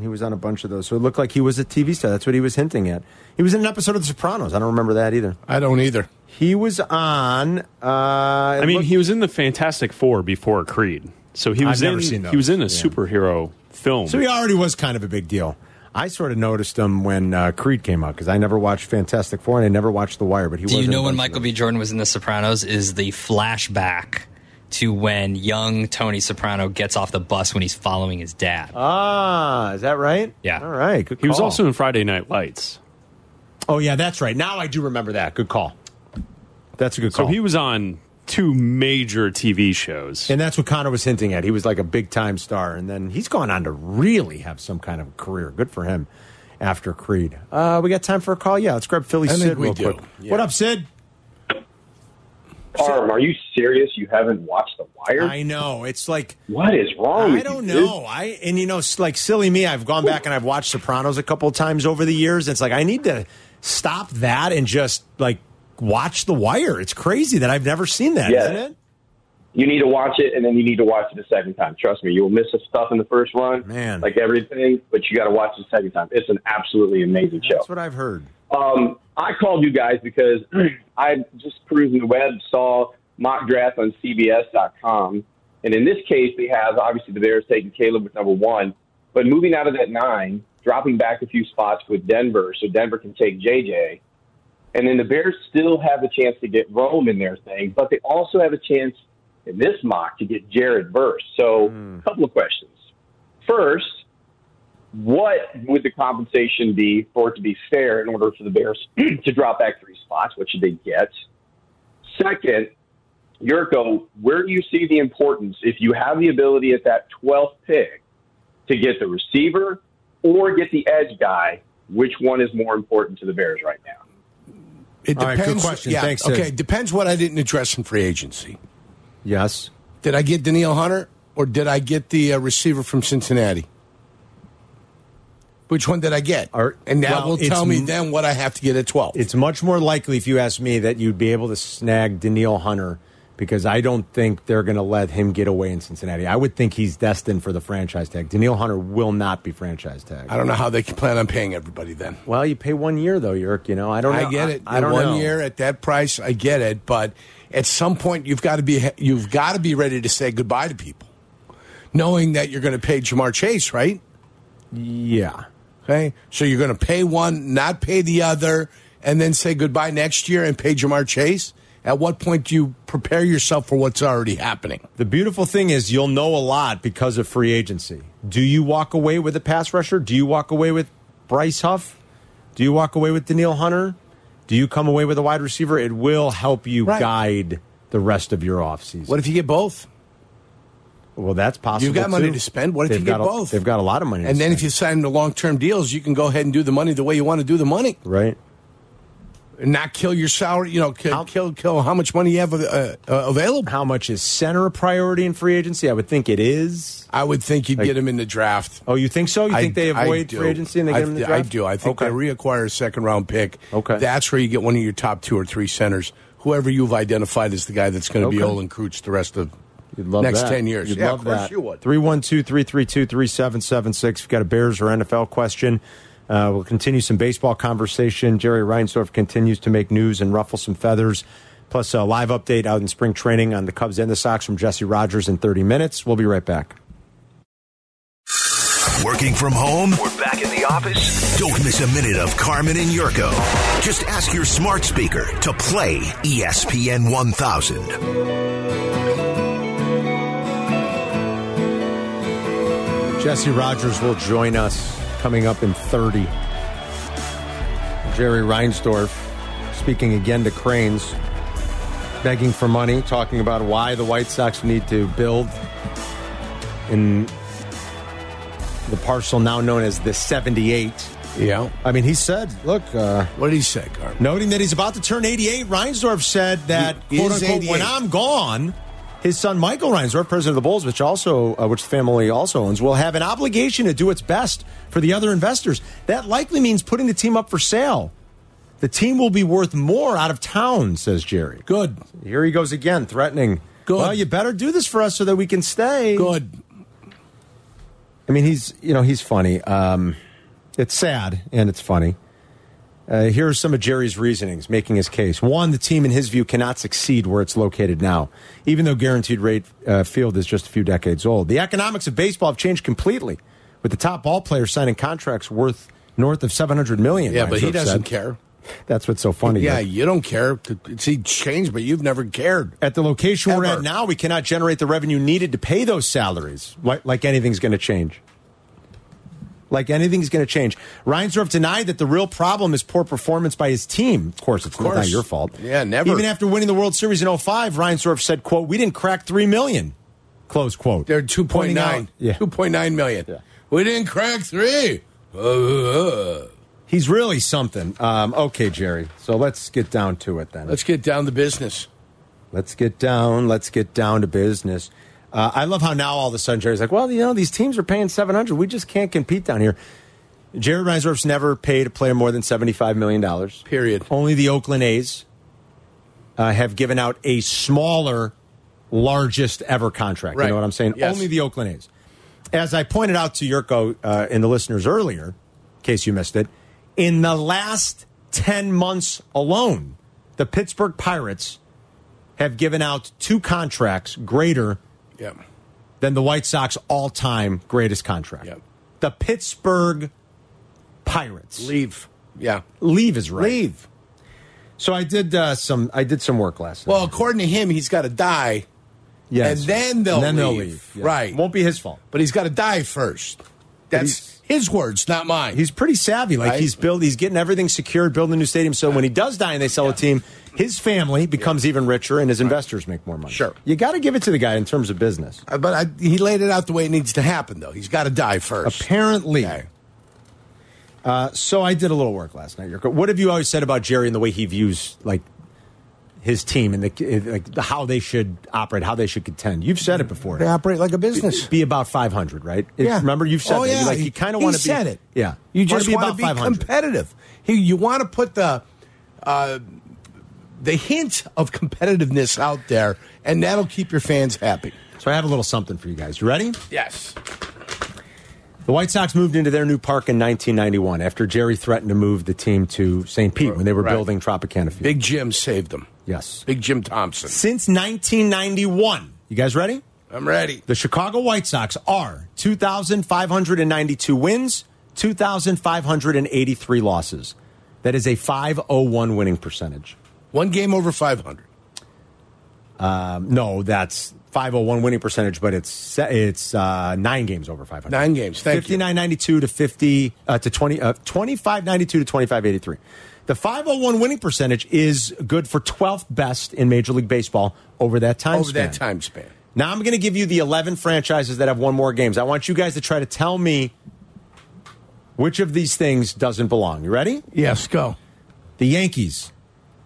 B: He was on a bunch of those, so it looked like he was a TV star. That's what he was hinting at. He was in an episode of The Sopranos. I don't remember that either.
C: I don't either.
B: He was on. Uh, I
D: I mean, he was in the Fantastic Four before Creed, so he
B: I've
D: was
B: never
D: in
B: seen those.
D: he was in a
B: Yeah.
D: superhero film.
B: So he already was kind of a big deal. I sort of noticed him when uh, Creed came out because I never watched Fantastic Four and I never watched The Wire. But he
J: Do
B: was
J: you
B: in a
J: know when
B: bunch of
J: Michael B. Jordan was in The Sopranos? Is the flashback to when young Tony Soprano gets off the bus when he's following his dad?
B: Ah, is that right?
J: Yeah.
B: All right. Good
D: He was
B: call.
D: also in Friday Night Lights.
B: Oh yeah, that's right. Now I do remember that. Good call. That's a good
D: So
B: call.
D: he was on two major TV shows.
B: and that's what Connor was hinting at. He was like a big time star, and then he's gone on to really have some kind of career. Good for him. After Creed, uh, we got time for a call. Yeah, let's grab Philly
C: I think
B: Sid
C: we
B: real
C: do.
B: quick. What up, Sid?
L: Arm, are you serious? You haven't watched The Wire?
B: I know it's like
L: what is wrong?
B: I
L: with
B: don't
L: you, dude?
B: know. I and you know, s- like silly me, I've gone back and I've watched Sopranos a couple of times over the years. It's like I need to stop that and just like watch The Wire. It's crazy that I've never seen that,
L: Yes.
B: not it?
L: You need to watch it, and then you need to watch it a second time. Trust me, you will miss some stuff in the first run,
B: Man.
L: like everything. But you got to watch it a second time. It's an absolutely amazing show.
B: That's what I've heard.
L: Um, I called you guys because I just perusing the web saw mock draft on CBS.com, and in this case, they have obviously the Bears taking Caleb with number one, but moving out of that nine, dropping back a few spots with Denver, so Denver can take JJ, and then the Bears still have a chance to get Rome in their thing, but they also have a chance in this mock to get Jared Verse. So, a couple of questions. First, what would the compensation be for it to be fair in order for the Bears to drop back three spots? What should they get? Second, Yurko, where do you see the importance if you have the ability at that 12th pick to get the receiver or get the edge guy? Which one is more important to the Bears right now?
C: It
B: All right,
C: depends.
B: good question.
C: Yeah,
B: Thanks, uh, Sid.
C: Okay, depends what I didn't address in free agency.
B: Yes.
C: Did I get Daniil Hunter or did I get the uh, receiver from Cincinnati? Which one did I get?
B: Or-
C: and that
B: well,
C: will tell
B: it's-
C: me then what I have to get at 12.
B: It's much more likely, if you ask me, that you'd be able to snag Daniil Hunter because I don't think they're going to let him get away in Cincinnati. I would think he's destined for the franchise tag. Daniil Hunter will not be franchise tag.
C: I don't know how they can plan on paying everybody then.
B: Well, you pay one year though, Yerk. You know, I don't. Know.
C: I get it.
B: I, I don't
C: one
B: know.
C: year at that price, I get it. But at some point, you've got to be you've got to be ready to say goodbye to people, knowing that you're going to pay Jamar Chase, right?
B: Yeah.
C: Okay, so you're going to pay one, not pay the other, and then say goodbye next year and pay Jamar Chase. At what point do you prepare yourself for what's already happening?
B: The beautiful thing is you'll know a lot because of free agency. Do you walk away with a pass rusher? Do you walk away with Bryce Huff? Do you walk away with Daniil Hunter? Do you come away with a wide receiver? It will help you
C: Right.
B: guide the rest of your offseason.
C: What if you get both?
B: Well, that's possible.
C: You've got money
B: too.
C: to spend. What if
B: They've
C: you get
B: got a-
C: both?
B: They've got a lot of money.
C: And then if you sign them to long term deals, you can go ahead and do the money the way you want to do the money.
B: right,
C: and not kill your salary. You know, kill kill, kill how much money you have uh, uh, available.
B: how much is center a priority in free agency? I would think it is.
C: I would think you'd
B: Like-
C: get him in the draft.
B: Oh, you think so? You
C: I-
B: think they
C: I
B: avoid
C: do.
B: free agency and they get
C: I,
B: them in the
C: I
B: draft?
C: do. I think
B: okay.
C: they reacquire a second round pick.
B: Okay.
C: that's where you get one of your top two or three centers, whoever you've identified as the guy that's going to be
B: Okay.
C: Olin Krutz the rest of
B: You'd love
C: next
B: that.
C: ten years.
B: You'd
C: yeah,
B: love
C: of course
B: that.
C: you would.
B: 312 332 3776. If you've got a Bears or NFL question, uh, we'll continue some baseball conversation. Jerry Reinsdorf continues to make news and ruffle some feathers. Plus, a live update out in spring training on the Cubs and the Sox from Jesse Rogers in 30 minutes. We'll be right back.
H: Working from home or back in the office? Don't miss a minute of Carmen and Yurko. Just ask your smart speaker to play E ESPN 1000.
B: Jesse Rogers will join us coming up in 30. Jerry Reinsdorf speaking again to Cranes, begging for money, talking about why the White Sox need to build in the parcel now known as the 78.
C: Yeah.
B: I mean, he said, look, uh,
C: What did he say, Carmen?
B: noting that he's about to turn 88, Reinsdorf said that,
C: He
B: quote
C: is
B: unquote, when
C: 88.
B: I'm gone, his son Michael Reinsdorf, president of the Bulls, which also uh, which the family also owns, will have an obligation to do its best for the other investors. That likely means putting the team up for sale. The team will be worth more out of town, says Jerry. Good. Here he goes again, threatening. Good. Well, you better do this for us so that we can stay. Good. I mean, he's you know he's funny. Um, it's sad and it's funny. Uh, here are some of Jerry's reasonings making his case. One, the team, in his view, cannot succeed where it's located now, even though guaranteed rate uh, field is just a few decades old. The economics of baseball have changed completely, with the top ball players signing contracts worth north of seven hundred million.
C: Yeah,
B: Ryan
C: but he
B: Thorpe said.
C: doesn't care.
B: That's what's so funny.
C: Yeah,
B: Like,
C: you don't care. See, changed, but you've never cared.
B: At the location we're
C: Ever.
B: at now, we cannot generate the revenue needed to pay those salaries. Like, like anything's going to change. Like anything's going to change. Reinsdorf denied that the real problem is poor performance by his team. Of course, it's not
C: course.
B: your fault.
C: Yeah, never.
B: Even after winning the World Series in 05, Reinsdorf said, quote, we didn't crack 3 million, close quote.
C: They're 2.9.
B: Pointing out- Yeah.
C: 2.9 million. We didn't crack three. Uh,
B: He's really something. Um, okay, Jerry. So let's get down to it then.
C: let's get down to business.
B: Let's get down. Let's get down to business. Uh, I love how now all of a sudden Jerry's like, well, you know, these teams are paying seven hundred. We just can't compete down here. Jerry Reinsdorf's never paid a player more than seventy-five million dollars. Period. Only the Oakland A's uh, have given out a smaller, largest ever contract. You
C: Right.
B: know what I'm saying?
C: Yes.
B: Only the Oakland A's. As I pointed out to Yurko uh, and the listeners earlier, in case you missed it, in the last ten months alone, the Pittsburgh Pirates have given out two contracts greater
C: Yeah.
B: than the White Sox all time greatest contract. The Pittsburgh Pirates.
C: Leave. Yeah.
B: Leave is right.
C: Leave.
B: So I did uh, some I did some work last night.
C: Well, according to him, he's got to die.
B: Yes.
C: And then they'll
B: And then
C: leave.
B: they'll leave. Yeah.
C: Right.
B: Won't be his fault.
C: But he's got to die first. That's his words, not mine.
B: He's pretty savvy. Like
C: Right?
B: he's build he's getting everything secured, building a new stadium. So when he does die and they sell a team, his family becomes even richer and his investors make more money. Sure. You gotta give it to the guy in terms of business.
C: Uh, But I, he laid it out the way it needs to happen, though. He's got to die first.
B: Apparently. Uh, so I did a little work last night. Yurko. What have you always said about Jerry and the way he views like his team and the like how they should operate, how they should contend? You've said it before.
C: They operate like a business.
B: Be about five hundred, right? It's-
C: Yeah.
B: Remember, you've said
C: Oh,
B: that. You're
C: yeah.
B: like you
C: He-
B: kind of
C: he
B: want to be.
C: said it.
B: Yeah,
C: You just
B: wanna
C: want to be,
B: 500.
C: competitive. He, you want to put the uh, the hint of competitiveness out there, and that'll keep your fans happy.
B: So I have a little something for you guys. You ready?
C: Yes.
B: The White Sox moved into their new park in 1991 after Jerry threatened to move the team to St. Pete when they were
C: Right.
B: building Tropicana Field.
C: Big Jim saved them.
B: Yes.
C: Big Jim Thompson.
B: Since 1991, you guys ready?
C: I'm ready.
B: The Chicago White Sox are 2,592 wins, 2,583 losses. That is a 501 winning percentage.
C: One game over 500.
B: Um, no, that's 501 winning percentage, but it's se- it's uh, nine games over 500.
C: Nine games. Thank you.
B: 59.92 to 50 uh, to 20 uh, 25.92 to 25.83. The 501 winning percentage is good for 12th best in Major League Baseball over that time
C: Over that
B: span.
C: time span.
B: Now I'm going to give you the 11 franchises that have won more games. I want you guys to try to tell me which of these things doesn't belong. You ready?
C: Yes, go.
B: The Yankees,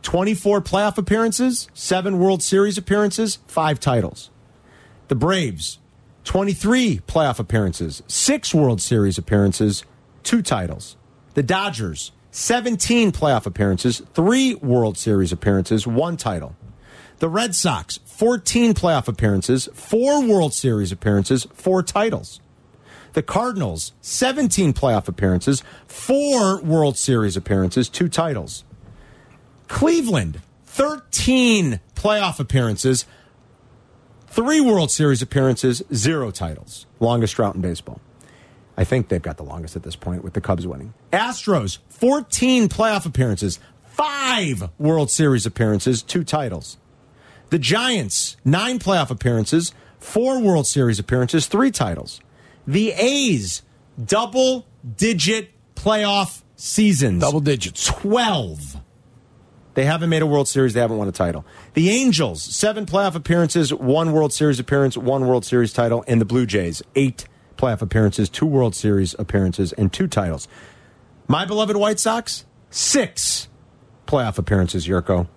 B: 24 playoff appearances, 7 World Series appearances, 5 titles. The Braves, 23 playoff appearances, 6 World Series appearances, 2 titles. The Dodgers, 17 playoff appearances, 3 World Series appearances, 1 title. The Red Sox, 14 playoff appearances, 4 World Series appearances, 4 titles. The Cardinals, 17 playoff appearances, 4 World Series appearances, 2 titles. Cleveland, 13 playoff appearances, three World Series appearances, zero titles. Longest drought in baseball. I think they've got the longest at this point with the Cubs winning. Astros, 14 playoff appearances, five World Series appearances, two titles. The Giants, nine playoff appearances, four World Series appearances, three titles. The A's, double digit playoff seasons.
C: Double digits.
B: 12. They haven't made a World Series. They haven't won a title. The Angels, seven playoff appearances, one World Series appearance, one World Series title. And the Blue Jays, eight playoff appearances, two World Series appearances, and two titles. My beloved White Sox, six playoff appearances, Yurko.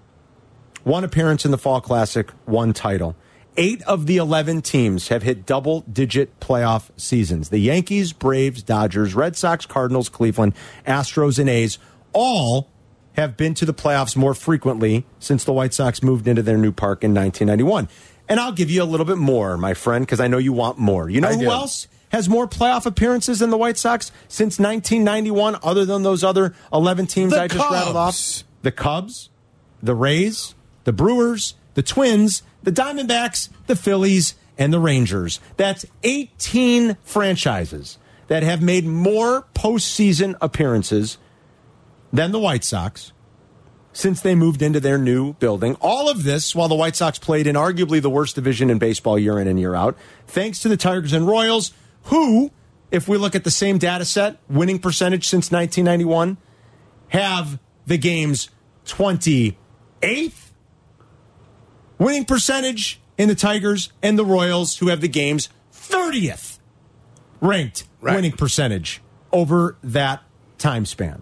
B: One appearance in the Fall Classic, one title. Eight of the 11 teams have hit double digit playoff seasons. The Yankees, Braves, Dodgers, Red Sox, Cardinals, Cleveland, Astros, and A's all have been to the playoffs more frequently since the White Sox moved into their new park in 1991. And I'll give you a little bit more, my friend, because I know you want more. You know
C: I
B: who
C: do.
B: else has more playoff appearances than the White Sox since 1991, other than those other 11 teams
C: The
B: I just rattled off? The Cubs, the Rays, the Brewers, the Twins, the Diamondbacks, the Phillies, and the Rangers. That's 18 franchises that have made more postseason appearances than the White Sox since they moved into their new building. All of this while the White Sox played in arguably the worst division in baseball year in and year out, thanks to the Tigers and Royals, who, if we look at the same data set, winning percentage since 1991, have the game's 28th winning percentage in the Tigers and the Royals, who have the game's 30th ranked winning percentage over that time span.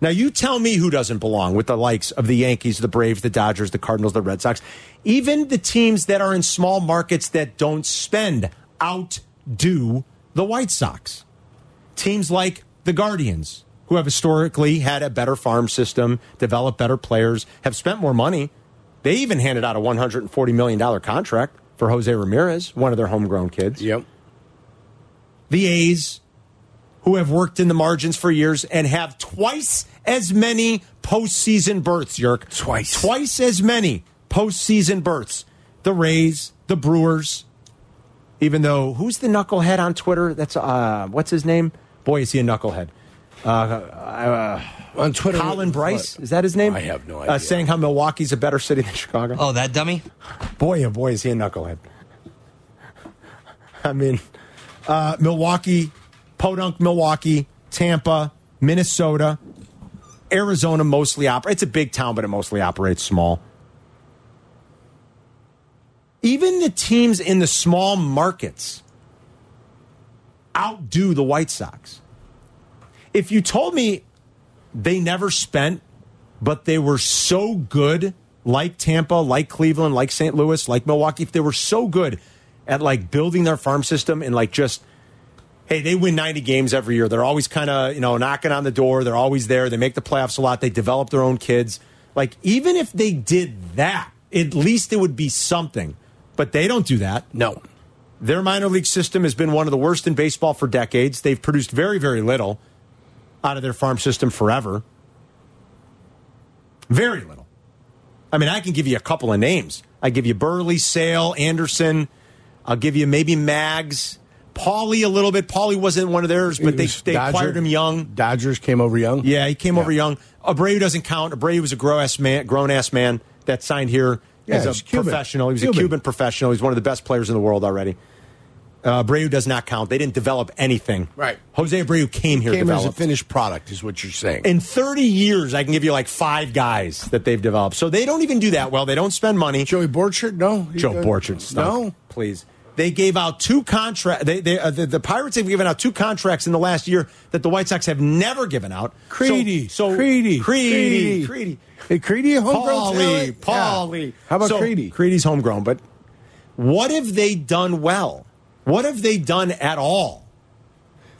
B: Now you tell me who doesn't belong with the likes of the Yankees, the Braves, the Dodgers, the Cardinals, the Red Sox, even the teams that are in small markets that don't spend outdo the White Sox. Teams like the Guardians, who have historically had a better farm system, developed better players, have spent more money. They even handed out a $140 million contract for Jose Ramirez, one of their homegrown kids. Yep. The A's, who have worked in the margins for years and have twice as many postseason births, Yerk. Twice. Twice as many postseason births. The Rays, the Brewers, even though who's the knucklehead on Twitter? That's uh, what's his name? Boy, is he a knucklehead. Uh, uh, on Twitter, Colin Bryce is that his name? I have no idea. Uh, saying how Milwaukee's a better city than Chicago.
J: Oh, that dummy!
B: Boy, oh boy, is he a knucklehead. I mean, uh, Milwaukee, Podunk, Milwaukee, Tampa, Minnesota, Arizona mostly operates. It's a big town, but it mostly operates small. Even the teams in the small markets outdo the White Sox. If you told me they never spent, but they were so good, like Tampa, like Cleveland, like St. Louis, like Milwaukee, if they were so good at like building their farm system and like just hey, they win 90 games every year. They're always kind of, you know, knocking on the door. They're always there. They make the playoffs a lot. They develop their own kids. Like, even if they did that, at least it would be something. But they don't do that. No. Their minor league system has been one of the worst in baseball for decades. They've produced very, very little out of their farm system forever. Very little. I mean, I can give you a couple of names. I give you Burley, Sale, Anderson. I'll give you maybe Mags, Paulie a little bit. Paulie wasn't one of theirs, but
C: It
B: they,
C: was
B: they
C: Dodger-
B: acquired him young. Dodgers came over young. Yeah, he came over young. Abreu doesn't count. Abreu was a grown ass man, grown ass man that signed here
C: Yeah,
B: as
C: he's
B: a
C: Cuban.
B: professional. He was
C: Cuban.
B: a Cuban professional. He's one of the best players in the world already. Uh, Abreu does not count. They didn't develop anything.
C: Right.
B: Jose Abreu came here.
C: Came as a
B: developed.
C: finished product, is what you're saying.
B: In 30 years, I can give you like five guys that they've developed. So they don't even do that well. They don't spend money. Joey Borchard, no. Joe
C: doesn't-
B: Borchard, stunk.
C: No.
B: please. They gave out two contracts. They, they, uh, the, the Pirates have given out two contracts in the last year that the White Sox have never given out.
C: Creedy,
B: so, so
C: Creedy,
B: Creedy,
C: Creedy.
B: Creedy,
C: Hey, Creedy, a homegrown
B: Paulie,
C: talent?
B: Paulie.
C: Yeah. How about
B: So,
C: Creedy?
B: Creedy's homegrown, but what have they done well? What have they done at all?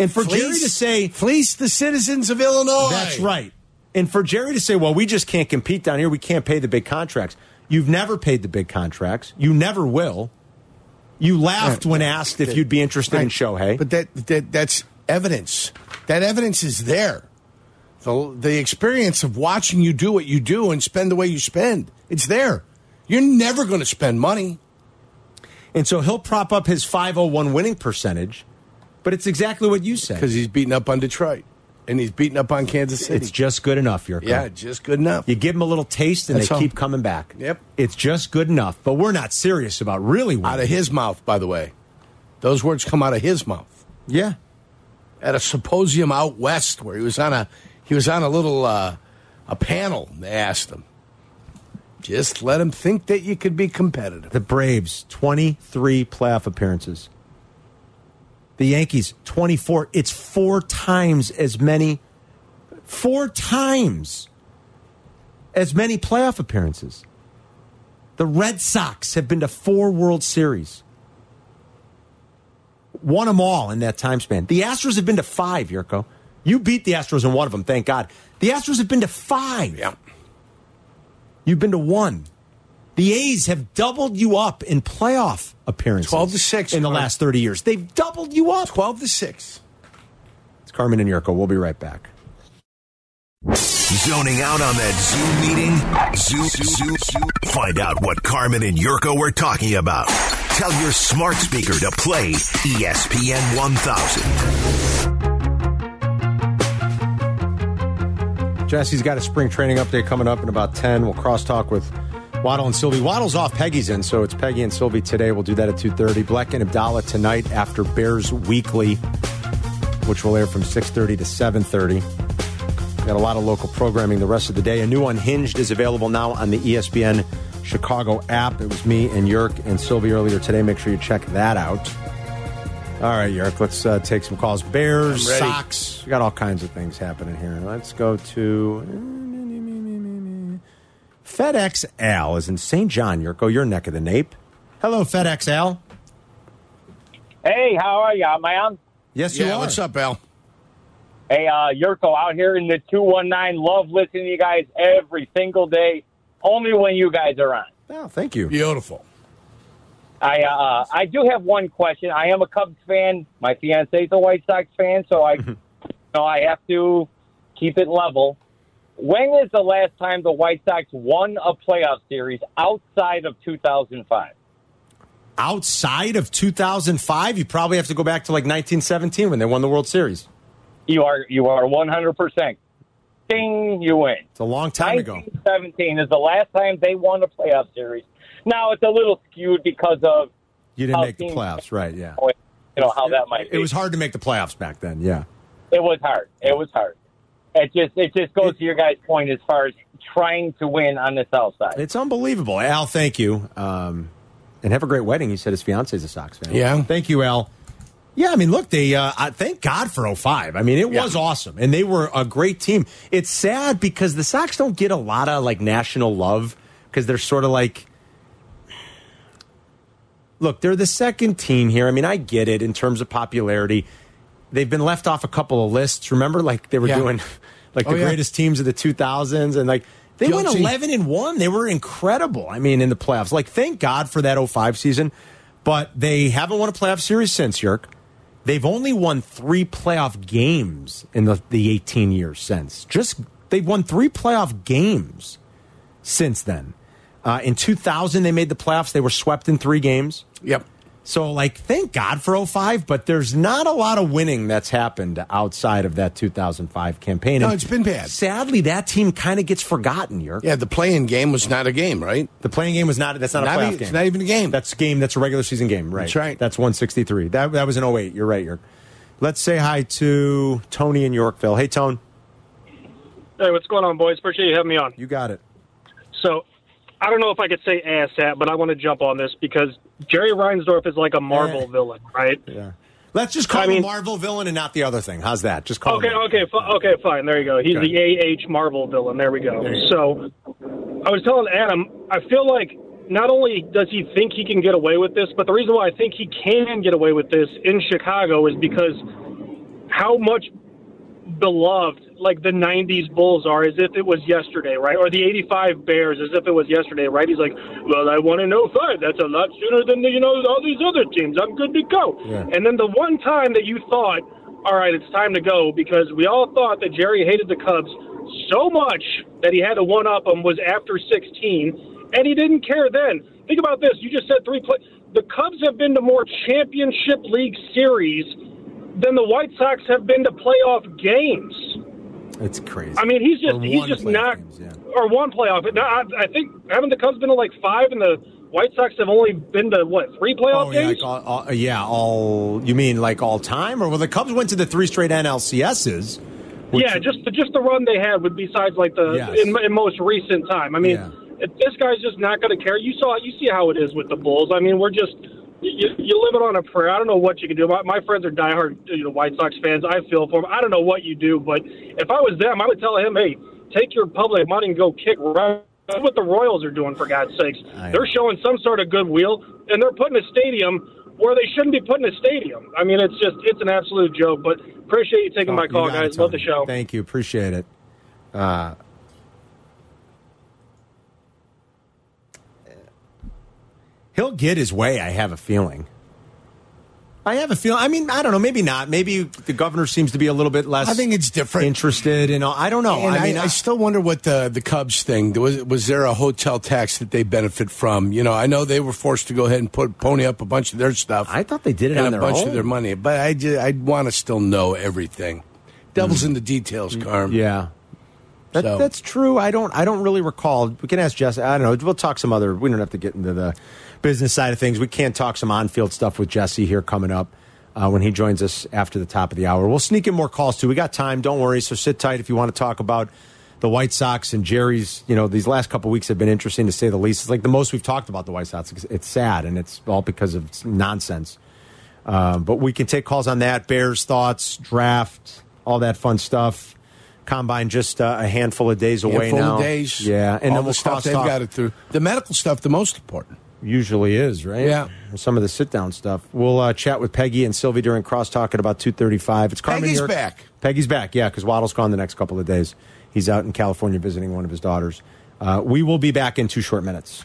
B: And for Jerry
C: Fleece-
B: to say, fleece the citizens of Illinois. That's right. And for Jerry to say, well, we just can't compete down here. We can't pay the big contracts. You've never paid the big contracts. You never will. You laughed when asked if you'd be interested in Shohei.
C: But that, that that's evidence. That evidence is there. The, the experience of watching you do what you do and spend the way you spend, it's there. You're never going to spend money.
B: And so he'll prop up his 501 winning percentage, but it's exactly what you said.
C: Because he's beating up on Detroit and he's beating up on Kansas City.
B: It's just good enough, Yurko.
C: yeah, just good enough.
B: You give them a little taste and
C: That's
B: they
C: all.
B: keep coming back.
C: Yep.
B: It's just good enough, but we're not serious about really winning.
C: Out of his mouth, by the way. Those words come out of his mouth.
B: Yeah.
C: At a symposium out west where he was on a he was on a little uh, a panel, they asked him. Just let him think that you could be competitive.
B: The Braves, 23 playoff appearances. The Yankees, 24. It's four times as many, four times as many playoff appearances. The Red Sox have been to four World Series, won them all in that time span. The Astros have been to five, Yurko. You beat the Astros in one of them, thank God. The Astros have been to five. Yeah. You've been to one. The A's have doubled you up in playoff appearances.
C: 12 to 6
B: in the
C: Carmen.
B: last 30 years. They've doubled you up.
C: 12 to 6.
B: It's Carmen and Yurko. We'll be right back.
H: Zoning out on that Zoom meeting? Zoom, Zoom, Zoom. Find out what Carmen and Yurko were talking about. Tell your smart speaker to play E ESPN 1000.
B: Jesse's got a spring training update coming up in about 10. We'll crosstalk with Waddle and Sylvie. Waddle's off, Peggy's in, so it's Peggy and Sylvie today. We'll do that at 2.30. Bleck and Abdallah tonight after Bears Weekly, which will air from 6.30 to 7.30. Got a lot of local programming the rest of the day. A new Unhinged is available now on the E ESPN Chicago app. It was me and Yerk and Sylvie earlier today. Make sure you check that out. All right, Yerk, let's uh, take some calls. Bears,
C: I'm ready.
B: socks. We got all kinds of things happening here. Let's go to FedEx Al is in St. John, Yurko, your neck of the nape. Hello, FedEx Al.
M: Hey, how are you? Am I on?
B: Yes,
M: you
C: yeah,
M: are.
C: What's up, Al?
M: Hey, uh, Yurko, out here in the 219. Love listening to you guys every single day, only when you guys are on.
B: Oh, thank you.
C: Beautiful.
M: I uh, I do have one question. I am a Cubs fan. My fiance's a White Sox fan, so I you know I have to keep it level. When is the last time the White Sox won a playoff series outside of 2005?
B: Outside of 2005, you probably have to go back to like 1917 when they won the World Series.
M: You are you are 100%. Ding, you win.
B: It's a long time ago.
M: 1917 is the last time they won a playoff series. Now it's a little skewed because of
B: You didn't
M: how
B: make the
M: teams-
B: playoffs, right? Yeah.
M: You know how that might.
B: It was hard to make the playoffs back then. Yeah.
M: It was hard. It was hard. It just it just goes to your guys' point as far as trying to win on the south side.
B: It's unbelievable. Al, thank you. Um, and have a great wedding. He said his fiance is a Sox fan.
C: Yeah.
B: Thank you, Al. Yeah, I mean, look, they uh, I- thank God for 05. I mean, it was awesome, and they were a great team. It's sad because the Sox don't get a lot of like national love because they're sort of like, look, they're the second team here. I mean, I get it in terms of popularity. They've been left off a couple of lists. Remember, like they were
C: Yeah.
B: doing like
C: Oh,
B: the
C: yeah.
B: greatest teams of the 2000s, and like they went
C: Guilty.
B: 11 and 1. They were incredible. I mean, in the playoffs. Like, thank God for that 05 season, but they haven't won a playoff series since, Yerk. They've only won three playoff games in the, the 18 years since. Just they've won three playoff games since then. Uh, in 2000, they made the playoffs. They were swept in three games.
C: Yep.
B: So, like, thank God for 05, but there's not a lot of winning that's happened outside of that 2005 campaign.
C: No,
B: And
C: it's been bad.
B: Sadly, that team kind of gets forgotten, Yerk.
C: Yeah, the playing game was not a game, right?
B: The playing game was not, that's not, e-
C: Not
B: a playoff
C: even-
B: game.
C: it's not even a game.
B: That's a game, that's a regular season game, right?
C: That's right.
B: That's 163. That, that was an 08. You're right, Yerk. Let's say hi to Tony in Yorkville. Hey, Tone.
N: Hey, what's going on, boys? Appreciate you having me on.
B: You got it.
N: So, I don't know if I could say ass hat, but I want to jump on this because Jerry Reinsdorf is like a Marvel
B: Eh.
N: villain, right?
B: Yeah. Let's just call
N: I
B: him
N: mean-
B: a Marvel villain and not the other thing. How's that? Just call
N: Okay,
B: him.
N: okay, fi- okay, fine. There you go. He's
B: Okay.
N: the AH Marvel villain. There we go. So, I was telling Adam, I feel like not only does he think he can get away with this, but the reason why I think he can get away with this in Chicago is because how much beloved like the 90s bulls are as if it was yesterday right or the 85 bears as if it was yesterday right he's like well i won in 05 that's a lot sooner than the, you know all these other teams i'm good to go
O: Yeah.
N: and then the one time that you thought all right it's time to go because we all thought that jerry hated the cubs so much that he had to one up them was after 16 and he didn't care then think about this you just said three play- the cubs have been to more championship league series than the White Sox have been to playoff games.
B: It's crazy.
N: I mean, he's just
B: Or
N: he's
B: one
N: just
B: playoff
N: not or one playoff. But no, I, I think haven't the Cubs been to like five, and the White Sox have only been to what three playoff
B: Oh, yeah,
N: games?
B: like all, all- yeah, all. You mean like all time? Or well, the Cubs went to the three straight NLCSs. which-
N: yeah, just just the run they had with besides like the
B: Yes.
N: in, in most recent time. I mean, if this guy's just not going to care. You saw you see how it is with the Bulls. I mean, we're just you, you live it on a prayer. I don't know what you can do. My, my friends are diehard you know, White Sox fans. I feel for them. I don't know what you do, but if I was them, I would tell him, hey, take your public money and go kick right. That's what the Royals are doing, for God's sakes. They're showing some sort of goodwill, and they're putting a stadium where they shouldn't be put in a stadium. I mean, it's just it's an absolute joke. But appreciate you taking my call,
B: You got it,
N: guys. Love the
B: Tony.
N: show.
B: Thank you. Appreciate it. Uh, he'll get his way, I have a feeling. I have a feeling. I mean, I don't know. Maybe not. Maybe the governor seems to be a little bit less.
C: I think it's different.
B: Interested in. all- I don't know.
C: And
B: I mean, I,
C: still wonder what the the Cubs thing was. Was there a hotel tax that they benefit from? You know, I know they were forced to go ahead and put pony up a bunch of their stuff. I
B: thought they did it
C: and
B: on
C: a
B: their
C: bunch
B: own.
C: of their money, but I ju- I want to still know everything. Devil's in the details, Carm.
B: Mm. Yeah, that,
C: So-
B: that's true. I don't. I don't really recall. We can ask Jess. I don't know. We'll talk some other. We don't have to get into the business side of things. We can talk some on-field stuff with Jesse here coming up uh, when he joins us after the top of the hour. We'll sneak in more calls too. We got time. Don't worry. So sit tight if you want to talk about the White Sox and Jerry's. You know, these last couple weeks have been interesting to say the least. It's like the most we've talked about the White Sox. It's- It's sad, and it's all because of nonsense. Um, but we can take calls on that. Bears thoughts, draft, all that fun stuff. Combine just uh, a handful of days away
C: Handful of
B: now.
C: days.
B: Yeah, and
C: all
B: then
C: the
B: we'll
C: stuff
B: cross
C: they've got it through. The medical stuff, the most important.
B: Usually is right.
C: Yeah.
B: some of the sit down stuff. We'll uh, chat with Peggy and Sylvie during crosstalk at about two thirty five. It's Carmen
C: Peggy's
B: York-
C: back.
B: Peggy's back. Yeah, because Waddle's gone the next couple of days. He's out in California visiting one of his daughters. Uh, we will be back in two short minutes.